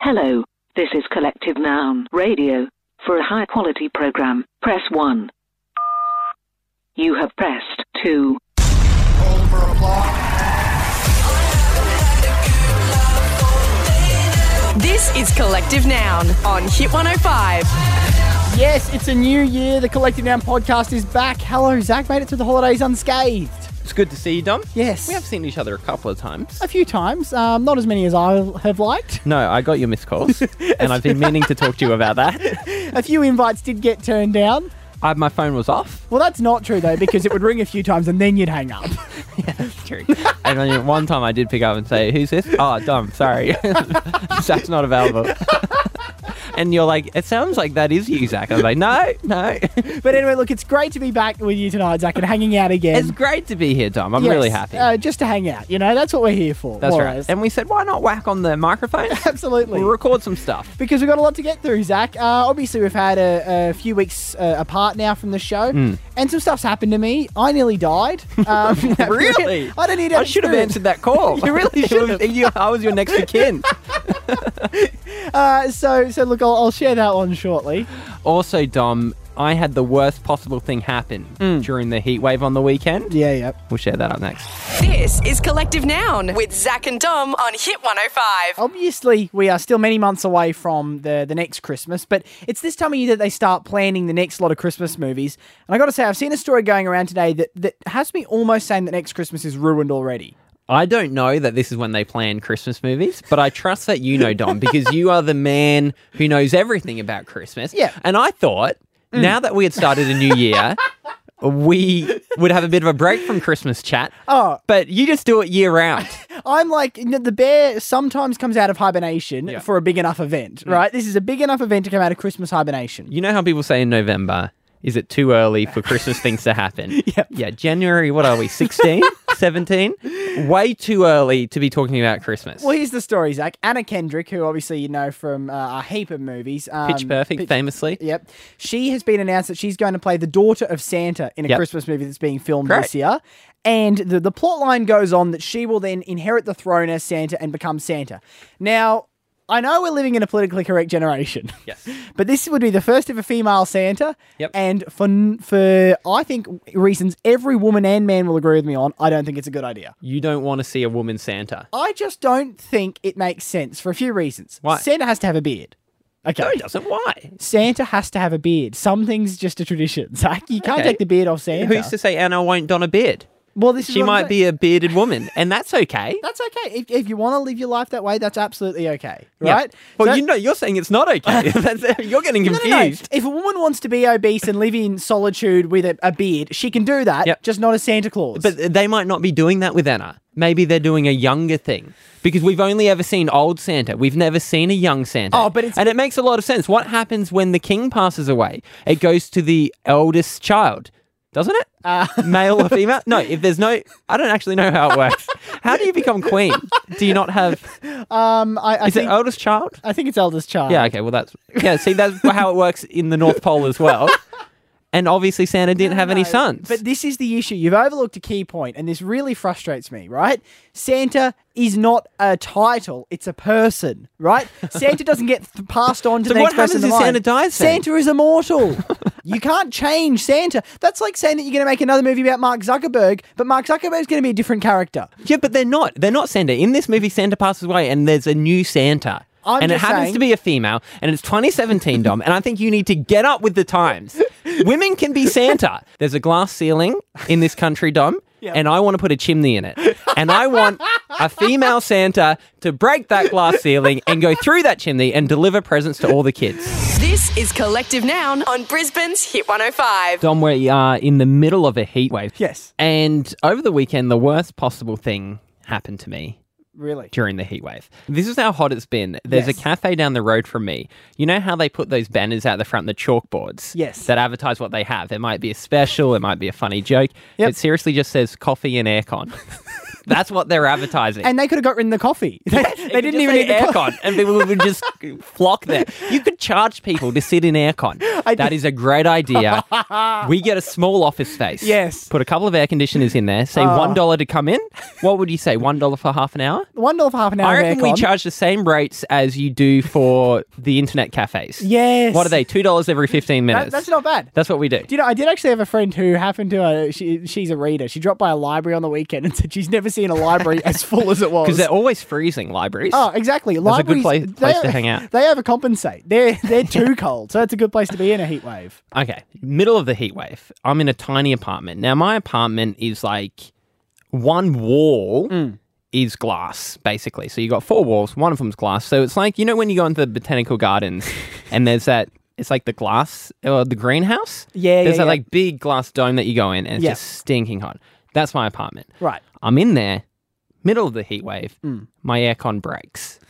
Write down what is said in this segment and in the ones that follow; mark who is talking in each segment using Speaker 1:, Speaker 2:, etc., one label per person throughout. Speaker 1: Hello, this is Collective Noun Radio. For a high quality program, press 1. You have pressed 2.
Speaker 2: This is Collective Noun on Hit 105.
Speaker 3: Yes, it's a new year. The Collective Noun podcast is back. Hello, Zach. Made it through the holidays unscathed.
Speaker 4: It's good to see you, Dom.
Speaker 3: Yes.
Speaker 4: We have seen each other a couple of times.
Speaker 3: A few times, um, not as many as I have liked.
Speaker 4: No, I got your missed calls, and I've been meaning to talk to you about that.
Speaker 3: A few invites did get turned down.
Speaker 4: I, my phone was off.
Speaker 3: Well, that's not true though, because it would ring a few times and then you'd hang up.
Speaker 4: True. and then one time I did pick up and say, "Who's this?" Oh, Dom. Sorry, Zach's not available. and you're like, "It sounds like that is you, Zach." I was like, "No, no."
Speaker 3: But anyway, look, it's great to be back with you tonight, Zach, and hanging out again.
Speaker 4: it's great to be here, Dom. I'm
Speaker 3: Yes,
Speaker 4: really happy.
Speaker 3: Uh, just to hang out, you know, that's what we're here for.
Speaker 4: That's
Speaker 3: more or
Speaker 4: right.
Speaker 3: less.
Speaker 4: And we said, "Why not whack on the microphone?
Speaker 3: Absolutely.
Speaker 4: We'll record some stuff."
Speaker 3: because we've got a lot to get through, Zach. Uh, obviously, we've had a, a few weeks uh, apart now from the show, and some stuff's happened to me. I nearly died. Um,
Speaker 4: Really?
Speaker 3: I don't need. to
Speaker 4: I should have
Speaker 3: experience-
Speaker 4: answered that call.
Speaker 3: You really should have.
Speaker 4: You- I was your next of kin.
Speaker 3: Uh, so, so look, I'll, I'll share that one shortly.
Speaker 4: Also, Dom, I had the worst possible thing happen
Speaker 3: Hmm.
Speaker 4: during the heat wave on the weekend.
Speaker 3: Yeah, yeah.
Speaker 4: We'll share that up next.
Speaker 2: This is Collective Noun with Zach and Dom on Hit 105.
Speaker 3: Obviously, we are still many months away from the the next Christmas, but it's this time of year that they start planning the next lot of Christmas movies. And I got to say, I've seen a story going around today that that has me almost saying that next Christmas is ruined already.
Speaker 4: I don't know that this is when they plan Christmas movies, but I trust that you know, Dom, because you are the man who knows everything about Christmas.
Speaker 3: Yeah. Hmm.
Speaker 4: And I thought, now that we had started a new year, we would have a bit of a break from Christmas chat.
Speaker 3: Oh.
Speaker 4: But you just do it year round.
Speaker 3: I'm like you know, the bear sometimes comes out of hibernation
Speaker 4: Yeah.
Speaker 3: for a big enough event, right? This is a big enough event to come out of Christmas hibernation.
Speaker 4: You know how people say in November, is it too early for Christmas things to happen? yeah. Yeah, January, what are we, 16, 17? Way too early to be talking about Christmas.
Speaker 3: Well, here's the story, Zach. Anna Kendrick, who obviously you know from uh, a heap of movies, um,
Speaker 4: Pitch Perfect, famously.
Speaker 3: Yep, she has been announced that she's going to play the daughter of Santa in a
Speaker 4: Yep.
Speaker 3: Christmas movie that's being filmed
Speaker 4: Great.
Speaker 3: this year. And the the plot line goes on that she will then inherit the throne as Santa and become Santa. Now, I know we're living in a politically correct generation.
Speaker 4: Yes.
Speaker 3: But this would be the first ever female Santa.
Speaker 4: Yep.
Speaker 3: And for for I think reasons every woman and man will agree with me on, I don't think it's a good idea.
Speaker 4: You don't want to see a woman Santa.
Speaker 3: I just don't think it makes sense for a few reasons.
Speaker 4: Why?
Speaker 3: Santa has to have a beard. Okay.
Speaker 4: No, he doesn't. Why?
Speaker 3: Santa has to have a beard. Something's just a tradition, Zach. You can't
Speaker 4: Okay.
Speaker 3: take the beard off Santa.
Speaker 4: Who's to say Anna won't don a beard?
Speaker 3: well, this is
Speaker 4: She
Speaker 3: what I'm
Speaker 4: might
Speaker 3: saying.
Speaker 4: be a bearded woman, and that's okay.
Speaker 3: That's okay. If, if you want to live your life that way, that's absolutely okay,
Speaker 4: Yeah.
Speaker 3: right?
Speaker 4: Well,
Speaker 3: So-
Speaker 4: you know, you're saying it's not okay. That's- you're getting
Speaker 3: No,
Speaker 4: confused.
Speaker 3: no, no. If a woman wants to be obese and live in solitude with a, a beard, she can do that,
Speaker 4: Yep.
Speaker 3: just not as Santa Claus.
Speaker 4: But they might not be doing that with Anna. Maybe they're doing a younger thing because we've only ever seen old Santa. We've never seen a young Santa.
Speaker 3: Oh, but it's-
Speaker 4: and it makes a lot of sense. What happens when the king passes away? It goes to the eldest child, doesn't it? Uh... Male or female? No. If there's no, I don't actually know how it works. how do you become queen? Do you not have?
Speaker 3: Um, I, I
Speaker 4: Is
Speaker 3: think
Speaker 4: it eldest child?
Speaker 3: I think it's eldest child.
Speaker 4: Yeah. Okay. Well, that's yeah. See, that's how it works in the North Pole as well. And obviously, Santa didn't have any sons.
Speaker 3: But this is the issue. You've overlooked a key point, and this really frustrates me, right? Santa is not a title, it's a person, right? Santa doesn't get th- passed on to
Speaker 4: So
Speaker 3: the
Speaker 4: what
Speaker 3: next person.
Speaker 4: happens
Speaker 3: in
Speaker 4: if
Speaker 3: line.
Speaker 4: Santa dies then?
Speaker 3: Santa is immortal. you can't change Santa. That's like saying that you're going to make another movie about Mark Zuckerberg, but Mark Zuckerberg's going to be a different character.
Speaker 4: Yeah, but they're not. They're not Santa. In this movie, Santa passes away, and there's a new Santa.
Speaker 3: I'm
Speaker 4: and it
Speaker 3: just
Speaker 4: happens
Speaker 3: saying-
Speaker 4: to be a female, and it's 2017, Dom. and I think you need to get up with the times. Women can be Santa. There's a glass ceiling in this country, Dom, and I want to put a chimney in it. And I want a female Santa to break that glass ceiling and go through that chimney and deliver presents to all the kids.
Speaker 2: This is Collective Noun on Brisbane's Hit 105.
Speaker 4: Dom, we are in the middle of a heat wave.
Speaker 3: Yes.
Speaker 4: And over the weekend, the worst possible thing happened to me.
Speaker 3: Really?
Speaker 4: during the heat wave. This is how hot it's been. There's
Speaker 3: Yes.
Speaker 4: a cafe down the road from me. You know how they put those banners out the front, the chalkboards?
Speaker 3: Yes.
Speaker 4: That advertise what they have. It might be a special, it might be a funny joke.
Speaker 3: Yep.
Speaker 4: It seriously just says coffee and aircon. That's what they're advertising.
Speaker 3: And they could have got rid of the coffee. They, they
Speaker 4: It could
Speaker 3: didn't
Speaker 4: just
Speaker 3: even
Speaker 4: say
Speaker 3: need the co-
Speaker 4: aircon, and people would just flock there. You could charge people to sit in aircon. That is a great idea. we get a small office space.
Speaker 3: Yes. Ah.
Speaker 4: Put a couple of air conditioners in there. Say one dollar to come in. What would you say? One dollar for half an hour?
Speaker 3: One dollar for half an hour.
Speaker 4: I
Speaker 3: of
Speaker 4: reckon we
Speaker 3: aircon.
Speaker 4: charge the same rates as you do for the internet cafes.
Speaker 3: Yes.
Speaker 4: What are they? Two dollars every fifteen
Speaker 3: That-
Speaker 4: minutes.
Speaker 3: that's not bad.
Speaker 4: That's what we do.
Speaker 3: Do you know, I did actually have a friend who happened to, uh, she, she's a reader. She dropped by a library on the weekend and said she's never seen a library as full as it was.
Speaker 4: Because they're always freezing libraries.
Speaker 3: Oh, exactly.
Speaker 4: That's a good
Speaker 3: Libraries,
Speaker 4: place- place
Speaker 3: they-
Speaker 4: to hang out.
Speaker 3: They overcompensate. They're they're too cold, so it's a good place to be in a heat wave.
Speaker 4: Okay, middle of the heat wave. I'm in a tiny apartment. Now, my apartment is like one wall
Speaker 3: Mm.
Speaker 4: is glass, basically. So you got four walls, one of them's glass. So it's like, you know, when you go into the botanical gardens and there's that, it's like the glass or the greenhouse.
Speaker 3: Yeah,
Speaker 4: There's
Speaker 3: yeah,
Speaker 4: that
Speaker 3: yeah.
Speaker 4: like big glass dome that you go in and it's
Speaker 3: Yeah.
Speaker 4: just stinking hot. That's my apartment.
Speaker 3: Right.
Speaker 4: I'm in there, middle of the heat wave. My aircon breaks,
Speaker 3: Hmm.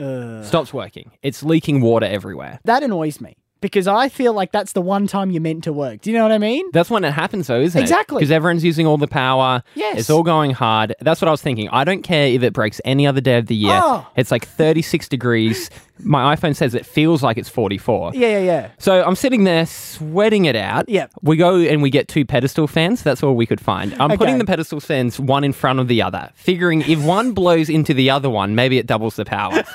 Speaker 3: Uh,
Speaker 4: stops working. It's leaking water everywhere.
Speaker 3: that annoys me because I feel like that's the one time you're meant to work. Do you know what I mean?
Speaker 4: That's when it happens, though, isn't it?
Speaker 3: Exactly.
Speaker 4: Because everyone's using all the power.
Speaker 3: Yes.
Speaker 4: It's all going hard. That's what I was thinking. I don't care if it breaks any other day of the year.
Speaker 3: Oh.
Speaker 4: It's like 36 degrees. My iPhone says it feels like it's 44.
Speaker 3: Yeah, yeah, yeah.
Speaker 4: So I'm sitting there sweating it out.
Speaker 3: Yep.
Speaker 4: We go and we get two pedestal fans. That's all we could find. I'm
Speaker 3: Okay.
Speaker 4: putting the pedestal fans one in front of the other, figuring if one blows into the other one, maybe it doubles the power.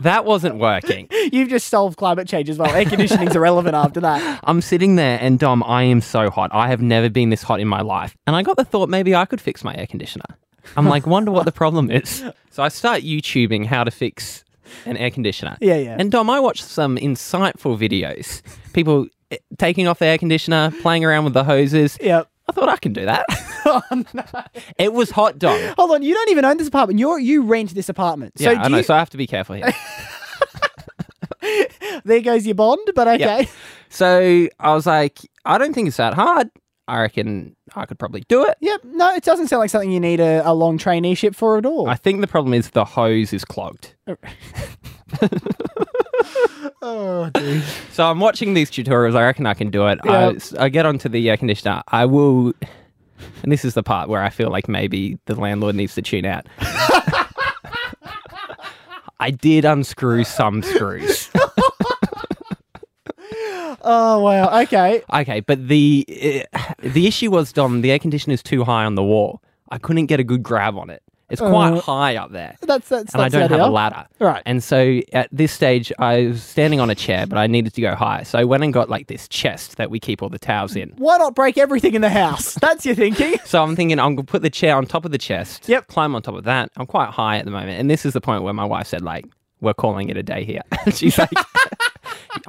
Speaker 4: that wasn't working.
Speaker 3: You've just solved climate change as well. Air conditioning's irrelevant after that.
Speaker 4: I'm sitting there and Dom, I am so hot. I have never been this hot in my life. And I got the thought maybe I could fix my air conditioner. I'm like, wonder what the problem is. So I start YouTubing how to fix an air conditioner.
Speaker 3: Yeah, yeah.
Speaker 4: And Dom, I watched some insightful videos. People eh, taking off the air conditioner, playing around with the hoses.
Speaker 3: Yep. Oh,
Speaker 4: I thought I can do that. It was hot, Dom.
Speaker 3: Hold on, you don't even own this apartment. You you rent this apartment. So
Speaker 4: yeah, I
Speaker 3: do
Speaker 4: know.
Speaker 3: you-
Speaker 4: So I have to be careful here.
Speaker 3: there goes your bond. But okay,
Speaker 4: so I was like, I don't think it's that hard. I reckon I could probably do it.
Speaker 3: yep. No, it doesn't sound like something you need a, a long traineeship for at all.
Speaker 4: I think the problem is the hose is clogged.
Speaker 3: oh, dude.
Speaker 4: So I'm watching these tutorials. I reckon I can do it.
Speaker 3: Yeah.
Speaker 4: I, I get onto the air conditioner. I will, and this is the part where I feel like maybe the landlord needs to tune out. I did unscrew some screws.
Speaker 3: oh wow. Okay.
Speaker 4: okay, but the uh, the issue was Dom. The air conditioner is too high on the wall. I couldn't get a good grab on it. It's quite high up there.
Speaker 3: Uh, That's that's.
Speaker 4: and I
Speaker 3: that's the
Speaker 4: don't have a
Speaker 3: idea.
Speaker 4: ladder.
Speaker 3: Right.
Speaker 4: And so at this stage, I was standing on a chair, but I needed to go higher. So I went and got like this chest that we keep all the towels in.
Speaker 3: Why not break everything in the house? That's your thinking.
Speaker 4: So I'm thinking I'm gonna put the chair on top of the chest.
Speaker 3: Yep.
Speaker 4: Climb on top of that. I'm quite high at the moment, and this is the point where my wife said like, "We're calling it a day here." And She's like,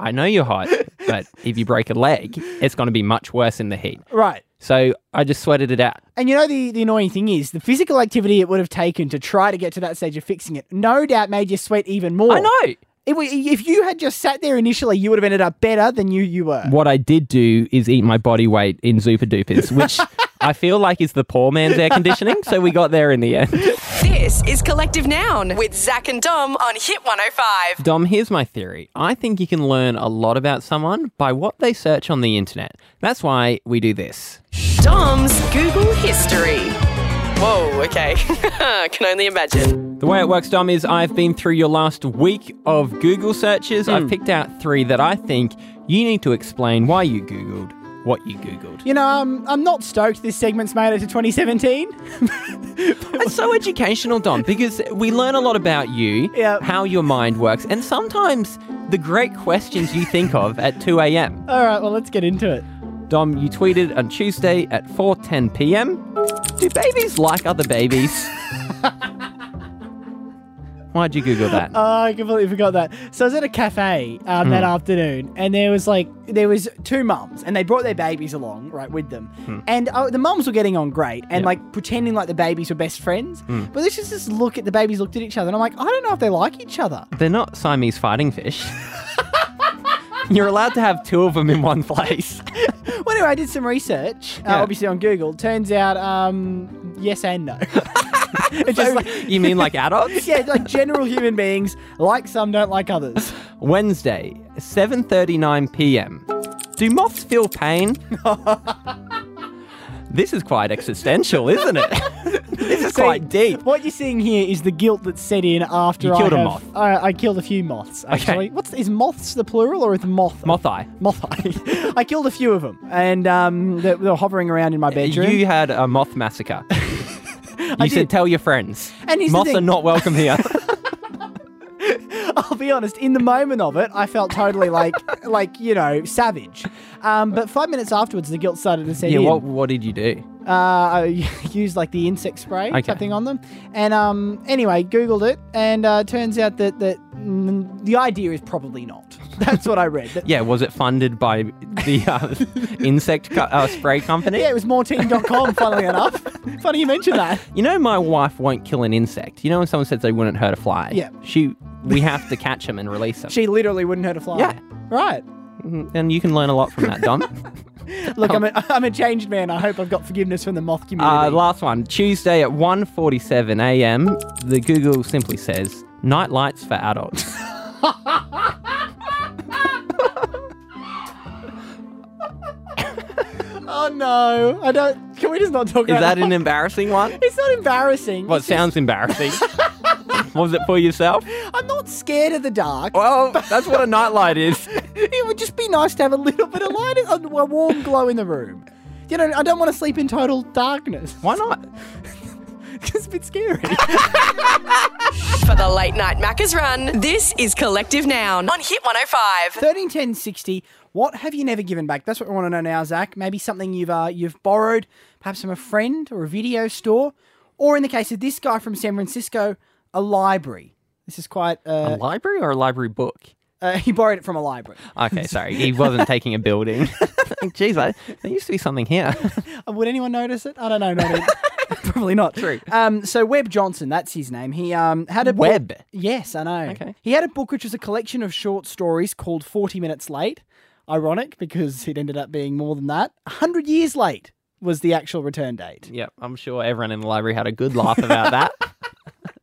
Speaker 4: "I know you're hot, but if you break a leg, it's gonna be much worse in the heat."
Speaker 3: Right.
Speaker 4: So I just sweated it out.
Speaker 3: And you know the, the annoying thing is the physical activity it would have taken to try to get to that stage of fixing it, no doubt made you sweat even more.
Speaker 4: I know.
Speaker 3: It, wa- if you had just sat there initially, you would have ended up better than you you were.
Speaker 4: What I did do is eat my body weight in Zupa Dupas, which I feel like is the poor man's air conditioning. So we got there in the end.
Speaker 2: This is Collective Noun with Zach and Dom on Hit 105.
Speaker 4: Dom, here's my theory. I think you can learn a lot about someone by what they search on the internet. That's why we do this.
Speaker 2: Dom's Google History. Whoa, okay. Can only imagine.
Speaker 4: The way it works, Dom, is I've been through your last week of Google searches. I've picked out three that I think you need to explain why you Googled what you Googled.
Speaker 3: You know, I'm I'm not stoked this segment's made it to 2017.
Speaker 4: It's so educational, Dom, because we learn a lot about you,
Speaker 3: Yeah.
Speaker 4: how your mind works, and sometimes the great questions you think of at 2 a.m.
Speaker 3: All right, well let's get into it.
Speaker 4: Dom, you tweeted on Tuesday at 4:10 p.m. Do babies like other babies? Why'd you Google that?
Speaker 3: Oh, I completely forgot that. So I was at a cafe um, that afternoon, and there was like there was two mums, and they brought their babies along, right, with them. And uh, the mums were getting on great, and like pretending like the babies were best friends. But let's just, just look at the babies looked at each other, and I'm like, I don't know if they like each other.
Speaker 4: They're not Siamese fighting fish. You're allowed to have two of them in one place.
Speaker 3: Well, anyway, I did some research, uh,
Speaker 4: Yeah.
Speaker 3: obviously on Google. Turns out, um, yes and no. it's just like.
Speaker 4: you mean like adults?
Speaker 3: Yeah, like general human beings, like some, don't like others.
Speaker 4: Wednesday, 7:39 p.m. Do moths feel pain? this is quite existential, isn't it? This is quite deep.
Speaker 3: What you're seeing here is the guilt that set in after
Speaker 4: You
Speaker 3: I
Speaker 4: killed a
Speaker 3: have- uh,
Speaker 4: moth.
Speaker 3: I, I killed a few moths. Actually, what's is moths the plural or is moth?
Speaker 4: Moth eye.
Speaker 3: Moth. I, I killed a few of them, and um, they, they were hovering around in my bedroom.
Speaker 4: Uh, You had a moth massacre. you
Speaker 3: did.
Speaker 4: said, tell your friends.
Speaker 3: And here's the
Speaker 4: Moths are
Speaker 3: thing.
Speaker 4: not welcome here.
Speaker 3: I'll be honest. In the moment of it, I felt totally like, like you know, savage. Um, but five minutes afterwards, the guilt started to set
Speaker 4: yeah,
Speaker 3: in.
Speaker 4: what, what did you do?
Speaker 3: Uh, I used like the insect spray
Speaker 4: Okay.
Speaker 3: type thing on them, and um, anyway, googled it, and uh, turns out that that mm, the idea is probably not. That's what I read. That-
Speaker 4: Yeah, was it funded by the uh, insect co- uh, spray company?
Speaker 3: Yeah, it was moreteam.com, funnily enough. Funny you mentioned that.
Speaker 4: You know, my wife won't kill an insect. You know, when someone says they wouldn't hurt a fly,
Speaker 3: Yeah.
Speaker 4: she we have to catch them and release them.
Speaker 3: She literally wouldn't hurt a fly.
Speaker 4: Yeah.
Speaker 3: Right.
Speaker 4: Mm, and you can learn a lot from that, Dom. Uh,
Speaker 3: Look, I'm a, I'm a changed man. I hope I've got forgiveness from the moth community.
Speaker 4: uh, last one, Tuesday at 1:47 a.m. The Google simply says night lights for adults.
Speaker 3: oh, no. I don't. Can we just not talk
Speaker 4: Is
Speaker 3: about
Speaker 4: that an embarrassing one?
Speaker 3: It's not embarrassing.
Speaker 4: What
Speaker 3: It's
Speaker 4: sounds embarrassing? was it for yourself?
Speaker 3: just- I'm not scared of the dark.
Speaker 4: Well, that's what a nightlight is.
Speaker 3: It would just be nice to have a little bit of light, a, a warm glow in the room. You know, I don't want to sleep in total darkness.
Speaker 4: Why not?
Speaker 3: It's a bit scary.
Speaker 2: For the late night Macca's run, this is Collective Noun on Hit 105.
Speaker 3: 13 10 60 what have you never given back that's what we want to know now zach maybe something you've uh, you've borrowed perhaps from a friend or a video store or in the case of this guy from san francisco a library this is quite
Speaker 4: A
Speaker 3: uh,
Speaker 4: library or a library book?
Speaker 3: uh, he borrowed it from a library
Speaker 4: Okay, sorry. He wasn't taking a building. Jeez, I, there used to be something here.
Speaker 3: Uh, would anyone notice it i don't know not even- Probably not.
Speaker 4: True.
Speaker 3: Um, so Webb Johnson, that's his name. He um had a book-
Speaker 4: Webb.
Speaker 3: Yes, I know.
Speaker 4: Okay.
Speaker 3: He had a book which was a collection of short stories called Forty Minutes Late. Ironic because it ended up being more than that. Hundred years late was the actual return date.
Speaker 4: Yep, I'm sure everyone in the library had a good laugh about that.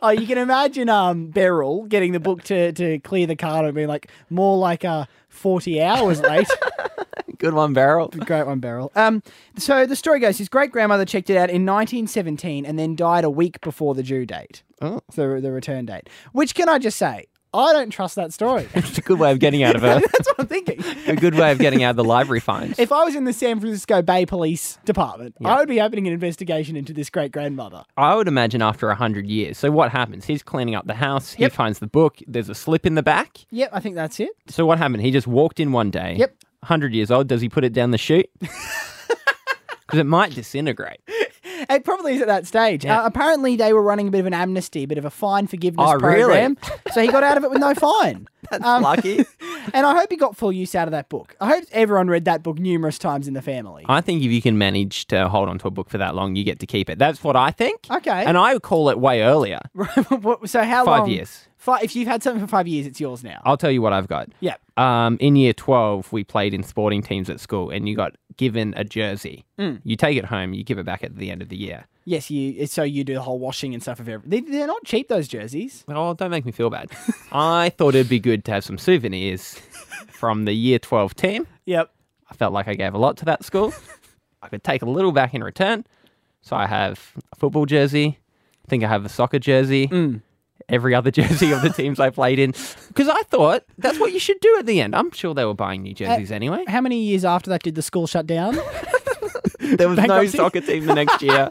Speaker 3: Oh, you can imagine um, Beryl getting the book to, to clear the card and being like more like uh, 40 hours late.
Speaker 4: good one, Beryl.
Speaker 3: Great one, Beryl. Um, so the story goes his great grandmother checked it out in 1917 and then died a week before the due date,
Speaker 4: Oh.
Speaker 3: the, the return date. Which, can I just say, I don't trust that story.
Speaker 4: It's a good way of getting out of a,
Speaker 3: That's what I'm thinking.
Speaker 4: a good way of getting out of the library fines.
Speaker 3: If I was in the San Francisco Bay Police Department, I would be opening an investigation into this great grandmother.
Speaker 4: I would imagine after a hundred years. So what happens? He's cleaning up the house. He
Speaker 3: Yep.
Speaker 4: finds the book. There's a slip in the back.
Speaker 3: Yep, I think that's it.
Speaker 4: So what happened? He just walked in one day.
Speaker 3: Yep.
Speaker 4: Hundred years old. Does he put it down the chute? Because it might disintegrate.
Speaker 3: It probably is at that stage.
Speaker 4: Yeah.
Speaker 3: Uh, apparently, they were running a bit of an amnesty, a bit of a fine forgiveness
Speaker 4: Oh, really?
Speaker 3: program. So he got out of it with no fine.
Speaker 4: That's
Speaker 3: Um,
Speaker 4: lucky.
Speaker 3: And I hope he got full use out of that book. I hope everyone read that book numerous times in the family.
Speaker 4: I think if you can manage to hold onto a book for that long, you get to keep it. That's what I think.
Speaker 3: Okay.
Speaker 4: And I would call it way earlier.
Speaker 3: What- so how
Speaker 4: Five
Speaker 3: long?
Speaker 4: years.
Speaker 3: Fi- if you've had something for five years, it's yours now.
Speaker 4: I'll tell you what I've got.
Speaker 3: Yeah.
Speaker 4: Um, in year 12, we played in sporting teams at school and you got given a jersey.
Speaker 3: Mm.
Speaker 4: You take it home, you give it back at the end of the year.
Speaker 3: Yes, you. So you do the whole washing and stuff of everything. They, they're not cheap those jerseys.
Speaker 4: Oh, don't make me feel bad. I thought it'd be good to have some souvenirs from the year 12 team.
Speaker 3: Yep.
Speaker 4: I felt like I gave a lot to that school. I could take a little back in return. So I have a football jersey. I think I have a soccer jersey. Every other jersey of the teams I played in. Because I thought that's what you should do at the end. I'm sure they were buying new jerseys anyway.
Speaker 3: How many years after that did the school shut down?
Speaker 4: There was no
Speaker 3: Bankruptcy.
Speaker 4: soccer team the next year.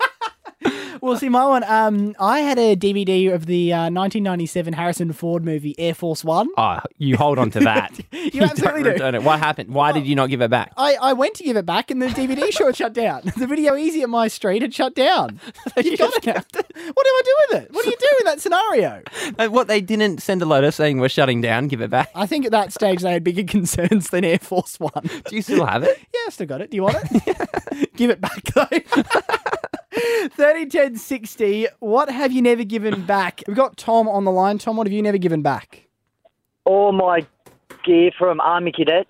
Speaker 3: well, see, my one. Um, I had a DVD of the uh, 1997 Harrison Ford movie Air Force One.
Speaker 4: Oh, you hold on to that. you, Oh.
Speaker 3: absolutely do.
Speaker 4: don't return it. What happened? Why did you not give it back?
Speaker 3: I, I went to give it back and the DVD show had shut down. The video easy at my street had shut down. You got it. What do I do with it? What do you do in that scenario?
Speaker 4: Uh, What they didn't send a letter saying we're shutting down, give it back.
Speaker 3: I think at that stage they had bigger concerns than Air Force One.
Speaker 4: Do you still have it?
Speaker 3: Yeah, I still got it. Do you want it? Give it back though. 30, 10, 60. What have you never given back? We've got Tom on the line. Tom, what have you never given back?
Speaker 5: all my gear from Army Cadets.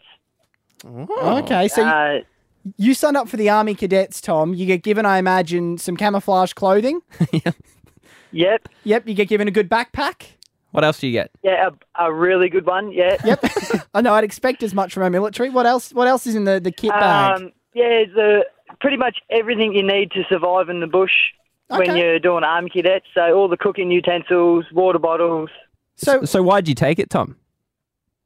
Speaker 3: Okay, so you,
Speaker 5: Uh,
Speaker 3: you signed up for the Army Cadets, Tom. You get given, I imagine, some camouflage clothing.
Speaker 5: yep,
Speaker 3: yep, you get given a good backpack.
Speaker 4: What else do you get?
Speaker 5: yeah, a, a really good one. Yeah,
Speaker 3: Yep. I know. I'd expect as much from our military. What else? What else is in the the kit bag?
Speaker 5: Um, yeah, the pretty much everything you need to survive in the bush. when
Speaker 3: Okay.
Speaker 5: you're doing army cadets. So all the cooking utensils, water bottles.
Speaker 3: So
Speaker 4: So why'd you take it, Tom?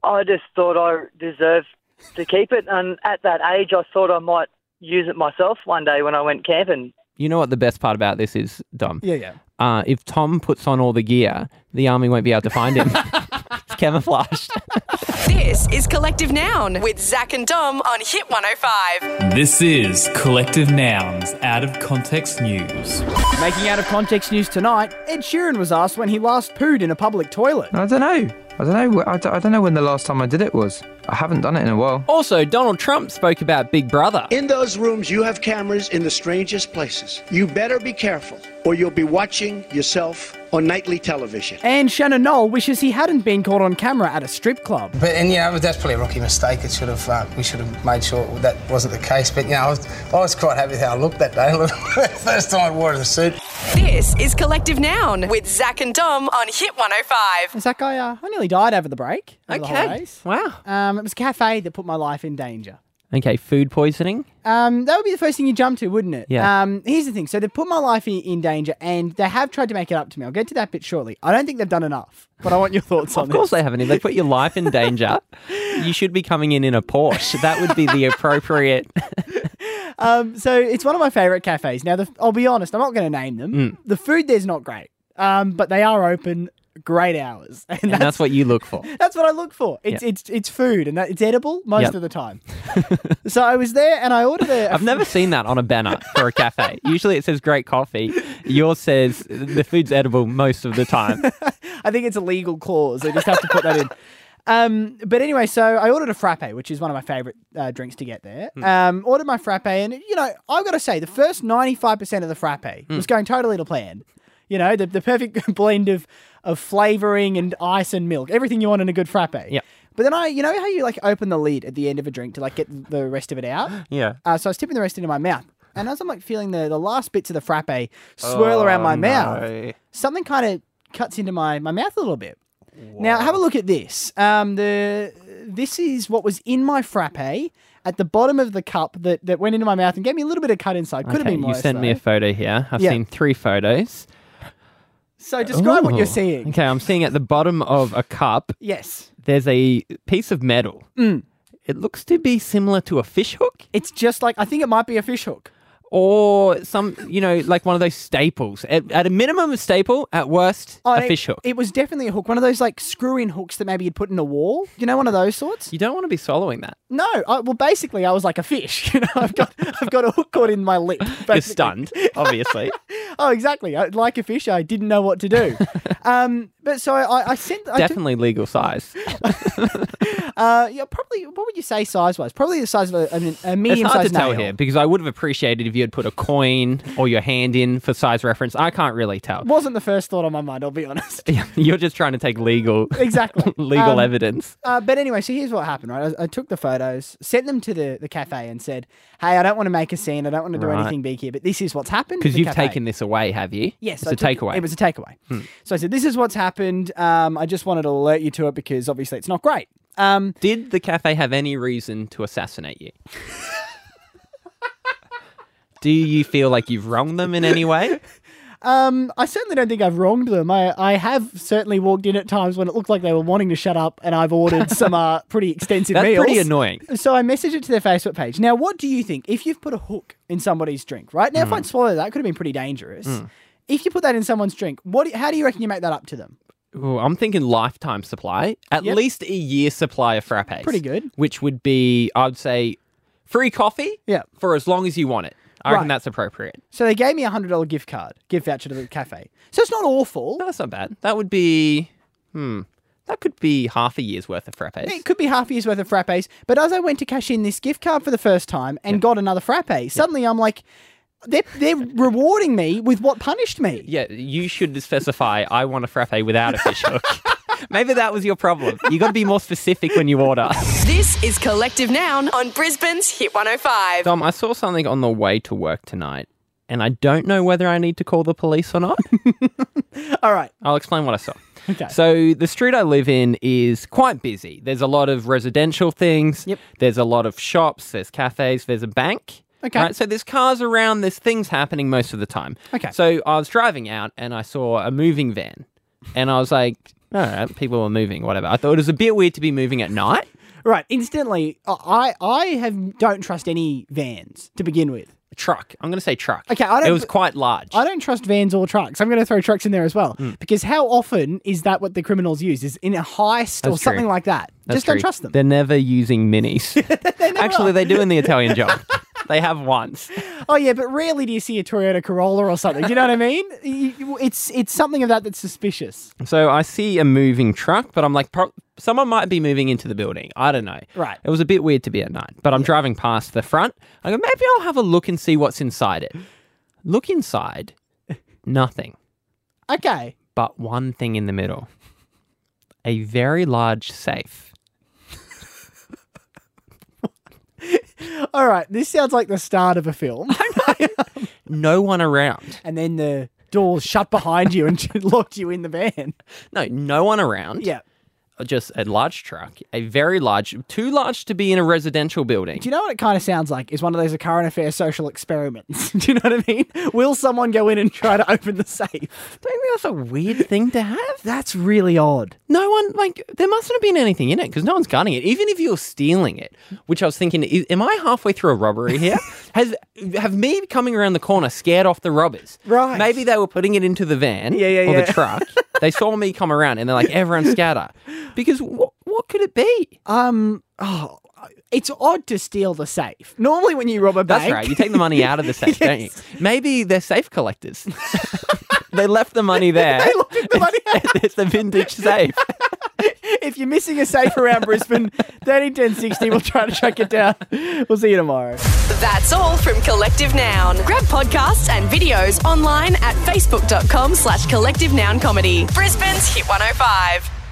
Speaker 5: I just thought I deserved to keep it, and at that age, I thought I might use it myself one day when I went camping.
Speaker 4: You know what the best part about this is, Dom?
Speaker 3: yeah, yeah.
Speaker 4: Uh, if Tom puts on all the gear, the army won't be able to find him. it's camouflaged.
Speaker 2: This is Collective Noun with Zach and Dom on Hit 105.
Speaker 6: This is Collective Nouns Out of Context News.
Speaker 3: Making out of context news tonight, Ed Sheeran was asked when he last pooed in a public toilet.
Speaker 7: I don't know. I don't know. I don't, I don't know when the last time I did it was. I haven't done it in a while.
Speaker 4: Also, Donald Trump spoke about Big Brother.
Speaker 8: In those rooms, you have cameras in the strangest places. You better be careful, or you'll be watching yourself on nightly television.
Speaker 3: And Shannon Knoll wishes he hadn't been caught on camera at a strip club.
Speaker 9: But and you know, that's probably a rookie mistake. It should have uh, we should have made sure that wasn't the case. But you know, I was, I was quite happy with how I looked that day. First time I wore the suit.
Speaker 2: This is Collective Noun with Zach and Dom on Hit 105.
Speaker 3: Is that guy? Uh, I nearly died over the break. over the holidays.
Speaker 4: Wow.
Speaker 3: Um, it was a cafe that put my life in danger.
Speaker 4: Okay, food poisoning.
Speaker 3: Um, that would be the first thing you jump to, wouldn't it?
Speaker 4: Yeah.
Speaker 3: Um, here's the thing. So they put my life in, in danger, and they have tried to make it up to me. I'll get to that bit shortly. I don't think they've done enough, but I want your thoughts on
Speaker 4: Of course
Speaker 3: this.
Speaker 4: they haven't. If they put your life in danger, you should be coming in in a Porsche. That would be the appropriate.
Speaker 3: Um, so it's one of my favorite cafes. Now, the, I'll be honest. I'm not going to name them. The food there's not great, um, but they are open great hours, and,
Speaker 4: and that's what you look for.
Speaker 3: That's what I look for. It's
Speaker 4: Yeah.
Speaker 3: it's it's food and that, it's edible most
Speaker 4: Yep.
Speaker 3: of the time. so I was there and I ordered a. a
Speaker 4: I've never seen that on a banner for a cafe. Usually it says great coffee. Yours says the food's edible most of the time.
Speaker 3: I think it's a legal clause. They just have to put that in. Um, but anyway, so I ordered a frappe, which is one of my favorite uh, drinks to get there.
Speaker 4: Hmm.
Speaker 3: Um, ordered my frappe, and you know, I've got to say, the first ninety-five percent of the frappe
Speaker 4: Hmm.
Speaker 3: was going totally to plan. You know, the, the perfect blend of of flavoring and ice and milk, everything you want in a good frappe. Yeah. But then I, you know how you like open the lid at the end of a drink to like get the rest of it out.
Speaker 4: Yeah.
Speaker 3: Uh, so I was tipping the rest into my mouth. And as I'm like feeling the, the last bits of the frappe swirl around
Speaker 4: Oh,
Speaker 3: my mouth, something kind of cuts into my, my mouth a little bit. Now have a look at this. Um, the this is what was in my frappe at the bottom of the cup that, that went into my mouth and gave me a little bit of cut inside. Could have
Speaker 4: Okay,
Speaker 3: been
Speaker 4: you
Speaker 3: worse.
Speaker 4: sent me a
Speaker 3: though.
Speaker 4: photo here. I've
Speaker 3: Yeah.
Speaker 4: seen three photos.
Speaker 3: so describe what
Speaker 4: Ooh.
Speaker 3: you're seeing.
Speaker 4: Okay, I'm seeing at the bottom of a cup,
Speaker 3: Yes,
Speaker 4: there's a piece of metal.
Speaker 3: Mm.
Speaker 4: It looks to be similar to a fish hook
Speaker 3: it's just like I think it might be a fish hook.
Speaker 4: or some, you know, like one of those staples. At, at a minimum, a staple, at worst,
Speaker 3: Oh,
Speaker 4: a
Speaker 3: it-
Speaker 4: fish hook.
Speaker 3: It was definitely a hook, one of those like screw-in hooks that maybe you'd put in a wall. You know, one of those sorts.
Speaker 4: you don't want to be swallowing that.
Speaker 3: No, I, well, basically, I was like a fish. You know, I've got I've got a hook caught in my lip.
Speaker 4: You're
Speaker 3: basically.
Speaker 4: stunned, obviously.
Speaker 3: Oh, exactly. I, like a fish, I didn't know what to do. um, but so I, I sent. I took,
Speaker 4: Definitely legal size.
Speaker 3: uh, yeah, probably. What would you say size wise? Probably the size of a, a, a
Speaker 4: It's
Speaker 3: medium
Speaker 4: hard to
Speaker 3: sized
Speaker 4: tell
Speaker 3: nail.
Speaker 4: here because I would have appreciated if you had put a coin or your hand in for size reference. I can't really tell.
Speaker 3: Wasn't the first thought on my mind. I'll be honest.
Speaker 4: You're just trying to take legal,
Speaker 3: Exactly.
Speaker 4: legal
Speaker 3: Um,
Speaker 4: evidence.
Speaker 3: Uh, but anyway, so here's what happened, right? I, I took the photos, sent them to the, the cafe, and said, "Hey, I don't want to make a scene. I don't want to do
Speaker 4: Right.
Speaker 3: anything big here, but this is what's happened." at
Speaker 4: Because
Speaker 3: the
Speaker 4: you've
Speaker 3: cafe."
Speaker 4: taken this away, have you?
Speaker 3: Yes,
Speaker 4: it's
Speaker 3: I
Speaker 4: a
Speaker 3: took-
Speaker 4: takeaway. Hmm.
Speaker 3: It was a takeaway. So I said, "This is what's happened. Um, I just wanted to alert you to it because obviously it's not great." Um,
Speaker 4: Did the cafe have any reason to assassinate you? Do you feel like you've wronged them in any way?
Speaker 3: I certainly don't think I've wronged them. I, I have certainly walked in at times when it looked like they were wanting to shut up, and I've ordered some uh, pretty extensive
Speaker 4: That's
Speaker 3: meals.
Speaker 4: pretty annoying.
Speaker 3: So I messaged it to their Facebook page. Now, what do you think if you've put a hook in somebody's drink? Right now,
Speaker 4: Hmm.
Speaker 3: if I'd swallowed that, could have been pretty dangerous. If you put that in someone's drink, what? do- How do you reckon you make that up to them?
Speaker 4: Ooh, I'm thinking lifetime supply, at
Speaker 3: Yep.
Speaker 4: least a year supply of frappes.
Speaker 3: Pretty good.
Speaker 4: Which would be, I'd say, free coffee.
Speaker 3: Yeah.
Speaker 4: For as long as you want it. I
Speaker 3: Right.
Speaker 4: reckon that's appropriate.
Speaker 3: So they gave me a hundred dollar gift card, gift voucher to the cafe. So it's not awful.
Speaker 4: No, that's not bad. That would be, hmm, that could be half a year's worth of frappes.
Speaker 3: It could be half a year's worth of frappes. But as I went to cash in this gift card for the first time and got another frappe, suddenly I'm like, they're, they're rewarding me with what punished me.
Speaker 4: Yeah, you should specify. I want a frappe without a fish hook. Maybe that was your problem. You got to be more specific when you order.
Speaker 2: This is Collective Noun on Brisbane's Hit 105.
Speaker 4: Dom, I saw something on the way to work tonight, and I don't know whether I need to call the police or not.
Speaker 3: All right.
Speaker 4: I'll explain what I saw.
Speaker 3: Okay.
Speaker 4: So the street I live in is quite busy. There's a lot of residential things.
Speaker 3: Yep.
Speaker 4: There's a lot of shops. There's cafes. There's a bank.
Speaker 3: Okay.
Speaker 4: Right? So there's cars around, there's things happening most of the time.
Speaker 3: Okay.
Speaker 4: So I was driving out and I saw a moving van, and I was like, all right, people were moving, whatever. I thought it was a bit weird to be moving at night.
Speaker 3: Right, instantly, I I have don't trust any vans to begin with.
Speaker 4: A truck. I'm going to say truck.
Speaker 3: Okay, I don't-
Speaker 4: It was quite large.
Speaker 3: I don't trust vans or trucks. I'm going to throw trucks in there as well
Speaker 4: Mm.
Speaker 3: because how often is that what the criminals use? Is in a heist or
Speaker 4: That's true.
Speaker 3: something like that?
Speaker 4: That's
Speaker 3: Just don't
Speaker 4: true.
Speaker 3: trust them.
Speaker 4: They're never using minis. Actually, they do in the Italian job. they have once.
Speaker 3: Oh yeah, but rarely do you see a Toyota Corolla or something. You know what I mean? You- you- It's it's something of that that's suspicious.
Speaker 4: So I see a moving truck, but I'm like, pro- someone might be moving into the building. I don't know.
Speaker 3: Right.
Speaker 4: It was a bit weird to be at night, but I'm driving past the front. I go, maybe I'll have a look and see what's inside it. Look inside, nothing
Speaker 3: Okay.
Speaker 4: but one thing in the middle a very large safe.
Speaker 3: All right. This sounds like the start of a film.
Speaker 4: No one around.
Speaker 3: and then the door shut behind you and locked you in the van.
Speaker 4: No, no one around.
Speaker 3: Yeah.
Speaker 4: Just a large truck, a very large, too large to be in a residential building.
Speaker 3: Do you know what it kind of sounds like? Is one of those current affairs social experiments. Do you know what I mean? Will someone go in and try to open the safe?
Speaker 4: Don't you think that's a weird thing to have?
Speaker 3: That's really odd.
Speaker 4: No one, like, there mustn't have been anything in it because no one's gunning it. Even if you're stealing it, which I was thinking, is, am I halfway through a robbery here? Has have me coming around the corner scared off the robbers?
Speaker 3: Right.
Speaker 4: Maybe they were putting it into the van
Speaker 3: Yeah, yeah,
Speaker 4: or
Speaker 3: yeah.
Speaker 4: the truck. they saw me come around and they're like, everyone scatter. Because what what could it be?
Speaker 3: Um. Oh, it's odd to steal the safe. Normally, when you rob a
Speaker 4: That's
Speaker 3: bank,
Speaker 4: right. You take the money out of the safe, don't you? Maybe they're safe collectors. they left the money there.
Speaker 3: They looked at the money.
Speaker 4: it's the vintage safe.
Speaker 3: if you're missing a safe around Brisbane, 131060, we'll try to track it down. We'll see you tomorrow.
Speaker 2: That's all from Collective Noun. Grab podcasts and videos online at facebook.com slash collective noun comedy. Brisbane's Hit 105.